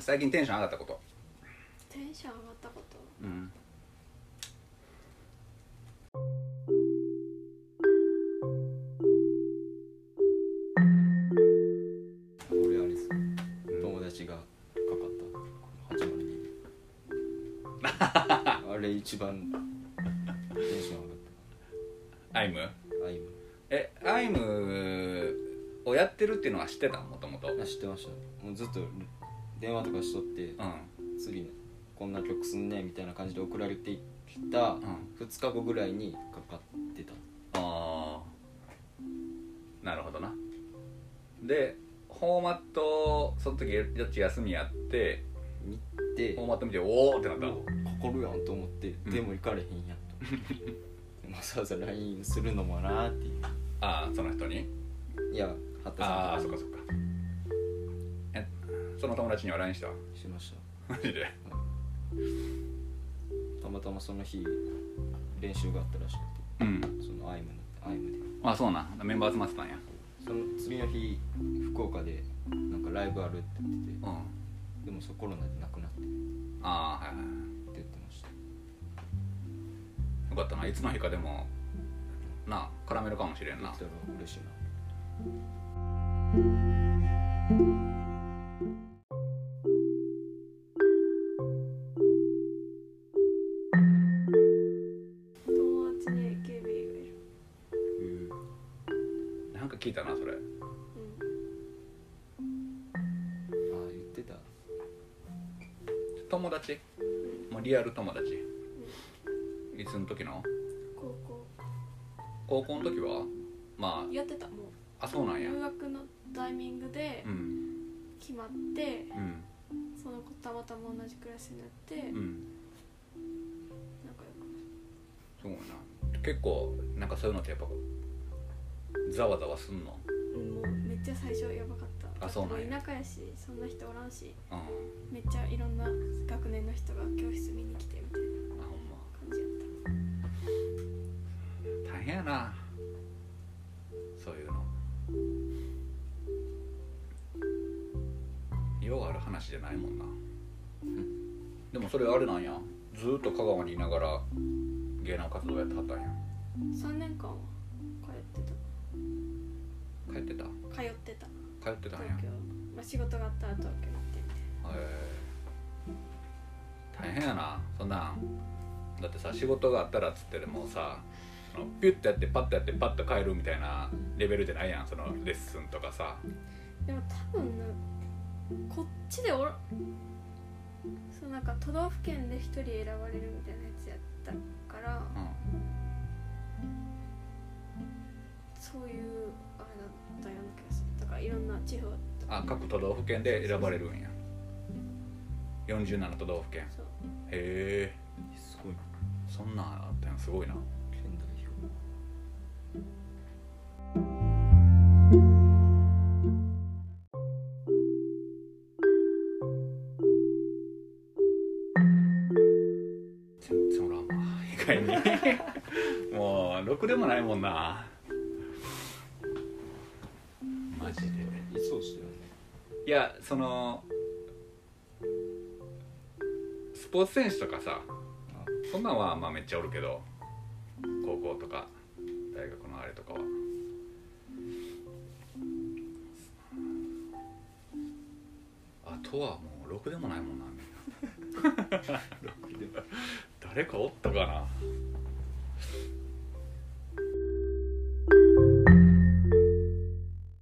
最近テンション上がったことテンション上がったことうん俺あれですうん友達がかかった802あれ一番テンション上がっアイムたあ今えアイムをやってるっていうのは知ってたもともとあ知ってましたもうずっと電話とかしとってうん次のこんな曲すんねみたいな感じで送られてきたん2日後ぐらいにかかってたああなるほどなでフォーマットその時やっち休みやって見てフォーマット見ておおってなったかかるやんと思って、うんでも行かれへんやん とわざわざ LINE するのもなーっていああその人にういや八田ああさんそっとかそかっかえその友達には LINE したしましたマジでたまたまその日練習があったらしくうんてそのアイムのアイムであそうなんメンバー集まってたんやその次の日福岡でなんかライブあるって言ってうんあてでもそうコロナでなくなってってあーはいはいはい言ってましたよかったないつの日かでもなあ絡めるかもしれんな来たら嬉しいな友達に AKB がいるなんか聞いたなそれうんああ言ってた友達うんもうリアル友達いつの時の高校高校の時はまやってたもうああそうなんや留学のタイミングでうん決まってうんその子たまたま同じクラスになって仲う良んくそうやな結構なんかそういうのってやっぱざわざわすんのうんもうめっちゃ最初やばかったあそうなんやだってもう田舎やしそんな人おらんしうんあめっちゃいろんな学年の人が教室見に来てみたほいんな感じやっま大変やなそういうのようある話じゃないもんな でもそれあれなんやずーっと香川にいながら芸能活動やってはったんやた3年間は通ってた帰ってた通ってた帰ってたんや東京、まあ、仕事があったら東京行ってみたいなへえ大変やなそんなんだってさ仕事があったらっつってでもさそのピュッてやってパッてやってパッと帰るみたいなレベルじゃないやんそのレッスンとかさでも多分なこっちでおらそうなんか都道府県で一人選ばれるみたいなやつやったからうんそういうあれだったような気がするだからいろんな地方とかあ各都道府県で選ばれるんや47都道府県へそうえすごいそんなんあったんやすごいな県代表全然おらんわ意外にもうろくでもないもんなマジでいつ落ちてるのいやそのスポーツ選手とかさあそんなんはまあめっちゃおるけど高校とか大学のあれとかはあとはもうろくでもないもんなみんなロックで誰かおったかな